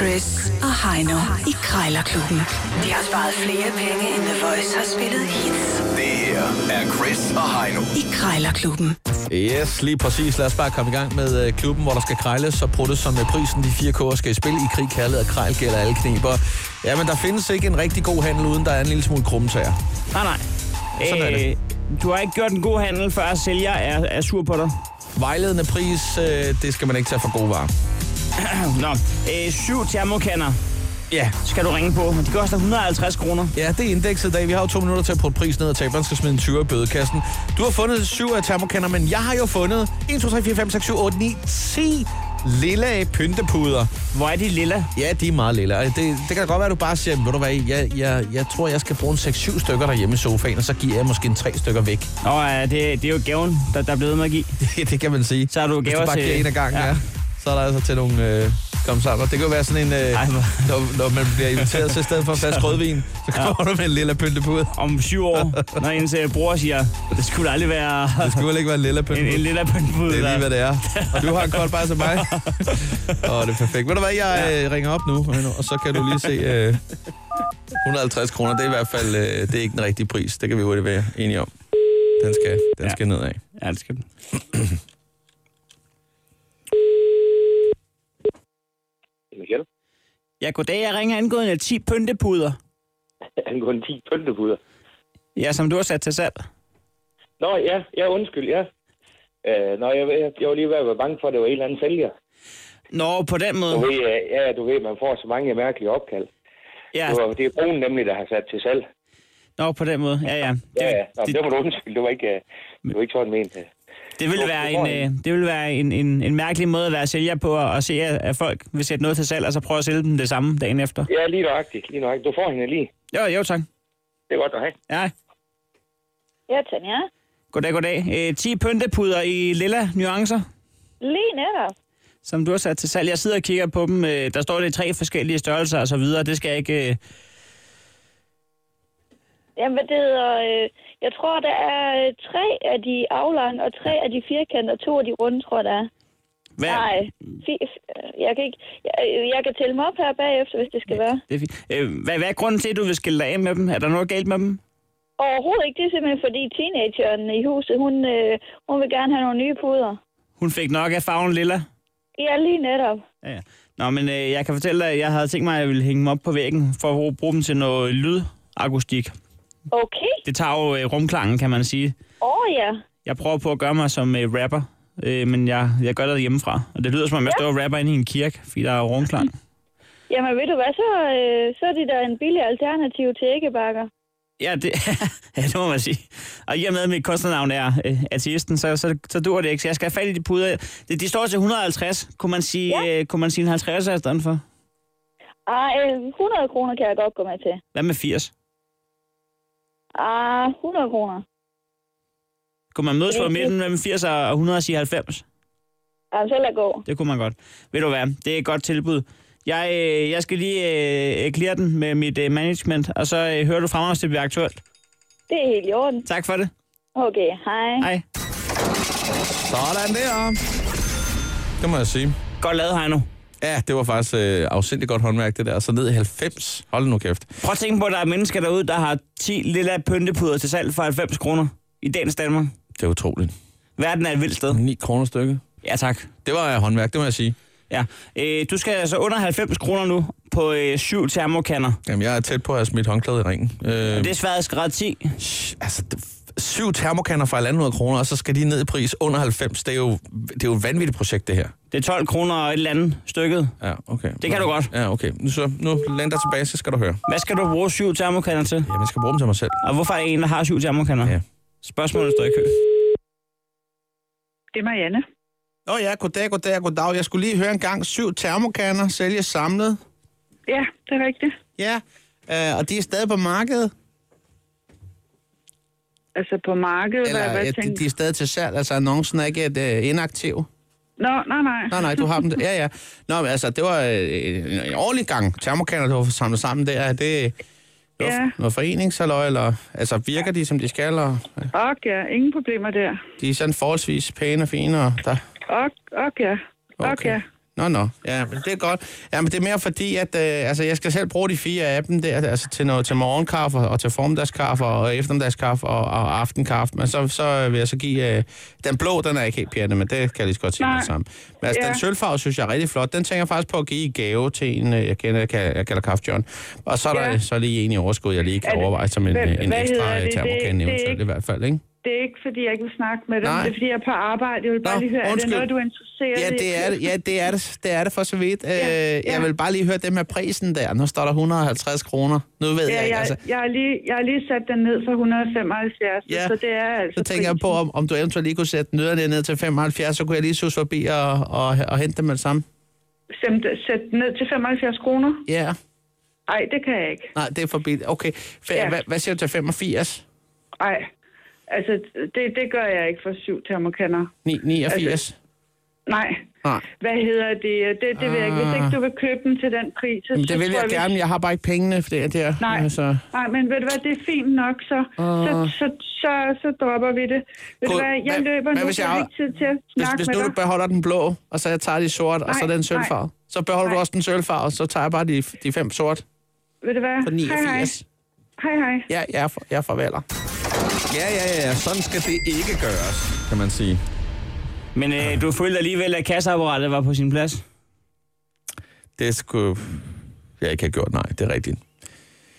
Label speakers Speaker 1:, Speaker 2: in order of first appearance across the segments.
Speaker 1: Chris og Heino i Krejlerklubben. De har sparet flere penge, end The Voice har spillet hits
Speaker 2: Det her er Chris og Heino.
Speaker 1: i Krejlerklubben.
Speaker 3: Yes, lige præcis. Lad os bare komme i gang med øh, klubben, hvor der skal krejles og pruttes, som med prisen de fire kår skal i spil i krig, kærlighed og krejl gælder alle kniber. Jamen, der findes ikke en rigtig god handel, uden der er en lille smule krumtager.
Speaker 4: Nej, nej.
Speaker 3: Sådan er det.
Speaker 4: Du har ikke gjort en god handel, før sælger er, er sur på dig.
Speaker 3: Vejledende pris, øh, det skal man ikke tage for gode varer.
Speaker 4: Nå, øh, syv termokanner
Speaker 3: Ja.
Speaker 4: skal du ringe på. De koster 150 kroner.
Speaker 3: Ja, det er indekset i dag. Vi har jo to minutter til at putte prisen ned, og taberen skal smide en 20 i bødekassen. Du har fundet syv af termokander, men jeg har jo fundet 1, 2, 3, 4, 5, 6, 7, 8, 9, 10 lilla pyntepuder.
Speaker 4: Hvor er de lilla?
Speaker 3: Ja, de er meget lille. Og Det, det kan da godt være, at du bare siger, ved du hvad, jeg, jeg, jeg tror, jeg skal bruge en 6-7 stykker derhjemme i sofaen, og så giver jeg måske en 3 stykker væk.
Speaker 4: Nå, ja, det, det er jo gaven, der, der er blevet med at give.
Speaker 3: det kan man sige.
Speaker 4: Så har du
Speaker 3: Hvis
Speaker 4: gaver
Speaker 3: du bare
Speaker 4: til-
Speaker 3: giver en af gangen, ja.
Speaker 4: ja.
Speaker 3: ja. Så er der altså til nogle øh, kommentarer. Det kan jo være sådan en, øh,
Speaker 4: Ej, hvor-
Speaker 3: når, når, man bliver inviteret til i stedet for en flaske rødvin, så kommer ja. du med en lille pyntepude.
Speaker 4: Om syv år, når ens øh, bror siger, det skulle da aldrig være
Speaker 3: Det skulle vel ikke være en lille
Speaker 4: en,
Speaker 3: pyntepude.
Speaker 4: en lilla pøntbud.
Speaker 3: Det er lige, hvad det er. Og du har en kold bare til mig. Åh, oh, det er perfekt. Ved du hvad, jeg ja. ringer op nu, Heino, og så kan du lige se... Øh, 150 kroner, det er i hvert fald øh, det er ikke den rigtige pris. Det kan vi hurtigt være enige om. Den skal, den
Speaker 4: Ja.
Speaker 3: ja. skal nedad.
Speaker 4: Ja, det skal den.
Speaker 5: Michael,
Speaker 4: Ja, goddag. Jeg ringer angående 10 pyntepuder,
Speaker 5: angående 10 pyntepuder.
Speaker 4: ja, som du har sat til salg.
Speaker 5: Nå, ja, ja, undskyld, ja. Øh, nå, jeg, jeg, jeg var lige ved at være bange for, at det var en eller anden sælger.
Speaker 4: Nå, på den måde.
Speaker 5: Du ved, øh, ja, du ved, man får så mange mærkelige opkald.
Speaker 4: Ja,
Speaker 5: Det, var, det er brugen nemlig, der har sat til salg.
Speaker 4: nå, på den måde. Ja, ja.
Speaker 5: Ja, ja. Nå, det,
Speaker 4: det,
Speaker 5: det må du undskylde, det var ikke, øh, det var ikke sådan ment. øh.
Speaker 4: Det ville være, en, øh, det ville være en, en, en mærkelig måde at være sælger på, at, at se, at at folk vil sætte noget til salg, og så prøve at sælge dem det samme dagen efter.
Speaker 5: Ja, lige nøjagtigt, lige nøjagtigt. Du får hende lige.
Speaker 4: Jo, jo tak.
Speaker 5: Det er godt at have.
Speaker 4: Ja.
Speaker 6: Ja, Tanja.
Speaker 4: Goddag, goddag. Øh, 10 pyntepuder i lilla nuancer,
Speaker 6: Lige netop.
Speaker 4: som du har sat til salg. Jeg sidder og kigger på dem. Øh, der står det i tre forskellige størrelser og så videre. Det skal jeg ikke... Øh...
Speaker 6: Jamen, det hedder, øh, jeg tror, der er øh, tre af de aflange, og tre af de firkantede, og to af de runde, tror jeg, der er.
Speaker 4: Hvad?
Speaker 6: Nej, fi- f- øh, jeg kan ikke... Jeg, øh, jeg kan tælle mig op her bagefter, hvis det skal være.
Speaker 4: Det er fint. Øh, hvad, hvad er grunden til, at du vil skille dig af med dem? Er der noget galt med dem?
Speaker 6: Overhovedet ikke. Det er simpelthen, fordi teenageren i huset, hun, øh, hun vil gerne have nogle nye puder.
Speaker 4: Hun fik nok af farven lilla.
Speaker 6: Ja, lige netop.
Speaker 4: Ja, ja. Nå, men øh, jeg kan fortælle dig, at jeg havde tænkt mig, at jeg ville hænge dem op på væggen for at bruge dem til noget lydakustik.
Speaker 6: Okay.
Speaker 4: det tager jo øh, rumklangen, kan man sige.
Speaker 6: Åh, oh, ja.
Speaker 4: Jeg prøver på at gøre mig som øh, rapper, øh, men jeg, jeg gør det hjemmefra. Og det lyder som om, jeg står og rapper inde i en kirke, fordi der er rumklang.
Speaker 6: Jamen, ved du hvad, så, øh, så er det da en billig alternativ til æggebakker.
Speaker 4: Ja, det, ja, det må man sige. Og i og med, at mit kunstnernavn er øh, ateisten, så, så, så dur det ikke. Så jeg skal have fat i de puder. De, de står til 150. Kunne man sige, ja. øh, kunne man sige en 50 i stedet for?
Speaker 6: Ah, øh, 100 kroner kan jeg godt gå med til.
Speaker 4: Hvad med 80?
Speaker 6: Ah, 100 kroner.
Speaker 4: Kunne man mødes på
Speaker 6: Ja.
Speaker 4: midten mellem 80 og 190?
Speaker 6: Ah, så lad gå.
Speaker 4: Det kunne man godt. Ved du hvad, det er et godt tilbud. Jeg, øh, jeg skal lige øh, øh, clear den med mit øh, management, og så øh, hører du fra mig, hvis det bliver aktuelt.
Speaker 6: Det er helt i orden.
Speaker 4: Tak for det.
Speaker 6: Okay, hej.
Speaker 4: Hej.
Speaker 3: Sådan der. Det må jeg sige.
Speaker 4: Godt lavet, Heino.
Speaker 3: Ja, det var faktisk øh, afsindelig godt håndværk, det der. Så ned i 90. Hold nu kæft.
Speaker 4: Prøv at tænke på, at der er mennesker derude, der har 10 lille pyntepuder til salg for 90 kroner i dagens Danmark.
Speaker 3: Det er utroligt.
Speaker 4: Verden er et vildt sted.
Speaker 3: 9 kroner stykket.
Speaker 4: Ja, tak.
Speaker 3: Det var øh, håndværk, det må jeg sige.
Speaker 4: Ja. Øh, du skal altså under 90 kroner nu på øh, syv termokanner.
Speaker 3: Jamen, jeg er tæt på at have smidt håndklædet i ringen. Øh,
Speaker 4: Det er sværet skræd 10.
Speaker 3: Shh, altså, det- syv termokanner for 1.500 kroner, og så skal de ned i pris under 90. Det er jo, det er jo et vanvittigt projekt, det her.
Speaker 4: Det er 12 kroner og et eller andet stykket.
Speaker 3: Ja, okay.
Speaker 4: Det kan du godt.
Speaker 3: Ja, okay. Nu, så, nu læn dig tilbage, så skal du høre.
Speaker 4: Hvad skal du bruge syv termokanner til?
Speaker 3: Jamen, jeg skal bruge dem til mig selv.
Speaker 4: Og hvorfor er der en, der har syv termokanner?
Speaker 3: Ja.
Speaker 4: Spørgsmålet står i kø.
Speaker 7: Det er Marianne.
Speaker 3: Nå ja, goddag, goddag, goddag. Jeg skulle lige høre en gang. Syv termokanner sælges samlet.
Speaker 7: Ja, det er rigtigt.
Speaker 3: Ja, øh, og de er stadig på markedet?
Speaker 7: Altså på markedet,
Speaker 3: Eller
Speaker 7: hvad, hvad
Speaker 3: øh, de,
Speaker 7: tænker
Speaker 3: de er stadig til salg? Altså, annoncen er ikke et, øh, inaktiv?
Speaker 7: Nå, nej, nej.
Speaker 3: Nej, nej, du har dem. Ja, ja. Nå, men altså, det var øh, en, en årlig gang termokanner, du har samlet sammen der. Er det det var
Speaker 7: Ja.
Speaker 3: noget foreningshalløj, eller altså, virker de, som de skal, og øh,
Speaker 7: Ok, ja, ingen problemer der.
Speaker 3: de er sådan forholdsvis pæne og fine, og der...
Speaker 7: Ok, ok, ja. Ok, ja.
Speaker 3: Nå, nå. Ja, men det er godt. Ja, men det er mere fordi, at øh, altså, jeg skal selv bruge de fire af dem der, altså til, noget, til morgenkaffe og til formiddagskaffe og eftermiddagskaffe og, og aftenkaffe. Men så, så vil jeg så give... Øh, den blå, den er ikke helt pjattet, men det kan jeg lige så godt sige
Speaker 7: Nej.
Speaker 3: med det samme. Men altså,
Speaker 7: Ja.
Speaker 3: den sølvfarve synes jeg er rigtig flot. Den tænker jeg faktisk på at give i gave til en, øh, jeg kender, jeg, kalder- jeg kalder Kaffe John. Og så er der
Speaker 7: Ja.
Speaker 3: så lige en i overskud, jeg lige kan
Speaker 7: Er det-
Speaker 3: overveje som en,
Speaker 7: hvad-
Speaker 3: en
Speaker 7: hvad hedder
Speaker 3: ekstra
Speaker 7: det?
Speaker 3: øh,
Speaker 7: Det-
Speaker 3: termokan
Speaker 7: det er
Speaker 3: eventuelt
Speaker 7: ikke-
Speaker 3: i hvert fald, ikke?
Speaker 7: Det er ikke, fordi jeg ikke vil snakke med dig.
Speaker 3: Nej.
Speaker 7: Det er, fordi jeg er på arbejde. Jeg vil bare
Speaker 3: Nå,
Speaker 7: lige høre, er
Speaker 3: undskyld.
Speaker 7: det noget, du er interesseret
Speaker 3: Ja,
Speaker 7: i?
Speaker 3: det er det. Ja, det er det. Det er det for så vidt. Ja,
Speaker 7: Ja,
Speaker 3: øh,
Speaker 7: ja.
Speaker 3: jeg vil bare lige høre det med prisen der. Nu står der 150 kroner. Nu ved
Speaker 7: Ja,
Speaker 3: jeg ikke,
Speaker 7: jeg,
Speaker 3: altså.
Speaker 7: jeg, har lige, jeg har lige sat den ned for 175,
Speaker 3: Ja.
Speaker 7: så det er altså...
Speaker 3: Så tænker jeg på,
Speaker 7: prisen.
Speaker 3: om, om du eventuelt lige kunne sætte den yderligere ned til 75, så kunne jeg lige sus forbi og, og, og hente dem med det samme.
Speaker 7: Sæt- Sæt den ned til 75 kroner?
Speaker 3: Ja, yeah.
Speaker 7: Nej, det kan jeg ikke.
Speaker 3: nej, det er forbi. Okay, F- ja.
Speaker 7: Ja.
Speaker 3: hvad, hvad siger du til 85?
Speaker 7: Nej, altså det, det gør jeg ikke for syv termokanner.
Speaker 3: Ni- 89?
Speaker 7: Altså- Nej.
Speaker 3: Nej.
Speaker 7: Hvad hedder det? Det, det vil jeg ikke. Hvis ikke du vil købe den til den pris,
Speaker 3: Ah.
Speaker 7: så,
Speaker 3: Jamen,
Speaker 7: så
Speaker 3: det vil
Speaker 7: tror
Speaker 3: jeg
Speaker 7: vi-
Speaker 3: gerne, men jeg har bare ikke pengene for det her. der.
Speaker 7: Nej,
Speaker 3: Altså,
Speaker 7: nej, men ved du hvad, det er fint nok, så, så, så, så, så dropper vi det. Ved du
Speaker 3: Gud,
Speaker 7: hvad, jeg
Speaker 3: hvad-
Speaker 7: løber
Speaker 3: hvad
Speaker 7: nu,
Speaker 3: hvis
Speaker 7: så
Speaker 3: jeg-
Speaker 7: jeg har ikke tid til at
Speaker 3: hvis,
Speaker 7: snakke
Speaker 3: hvis
Speaker 7: med
Speaker 3: nu du
Speaker 7: dig.
Speaker 3: beholder den blå, og så jeg tager de sort, og så
Speaker 7: Nej,
Speaker 3: den
Speaker 7: nej.
Speaker 3: sølvfarve, så beholder du
Speaker 7: Nej.
Speaker 3: også den sølvfarve, så tager jeg bare de, de fem sort
Speaker 7: Ved du hvad,
Speaker 3: på 89.
Speaker 7: hej hej. Hej hej.
Speaker 3: Ja, jeg er, for, jeg er forvaler.
Speaker 2: Ja, ja, ja. Sådan skal det ikke gøres, kan man sige.
Speaker 4: Men øh, du følte alligevel, at kasseapparatet var på sin plads.
Speaker 3: Det skulle jeg ikke have gjort, nej. Det er rigtigt.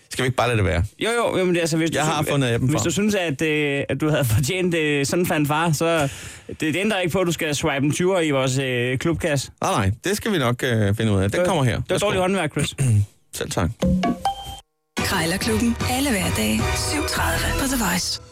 Speaker 3: Skal vi ikke bare lade det være?
Speaker 4: Jo, jo, jo men det er altså, hvis
Speaker 3: Jeg
Speaker 4: du,
Speaker 3: har fundet appen
Speaker 4: Hvis
Speaker 3: frem.
Speaker 4: du synes, at, øh, at du havde fortjent øh, sådan fandt far, så det, det ændrer ikke på, at du skal swipe en 20'er i vores øh, klubkasse.
Speaker 3: Nej, nej. Det skal vi nok øh, finde ud af. Den kommer her.
Speaker 4: Det var dårligt håndværk, Chris.
Speaker 3: Selv tak.
Speaker 1: Krejlerklubben. Alle hverdage. 7.30 på The Voice.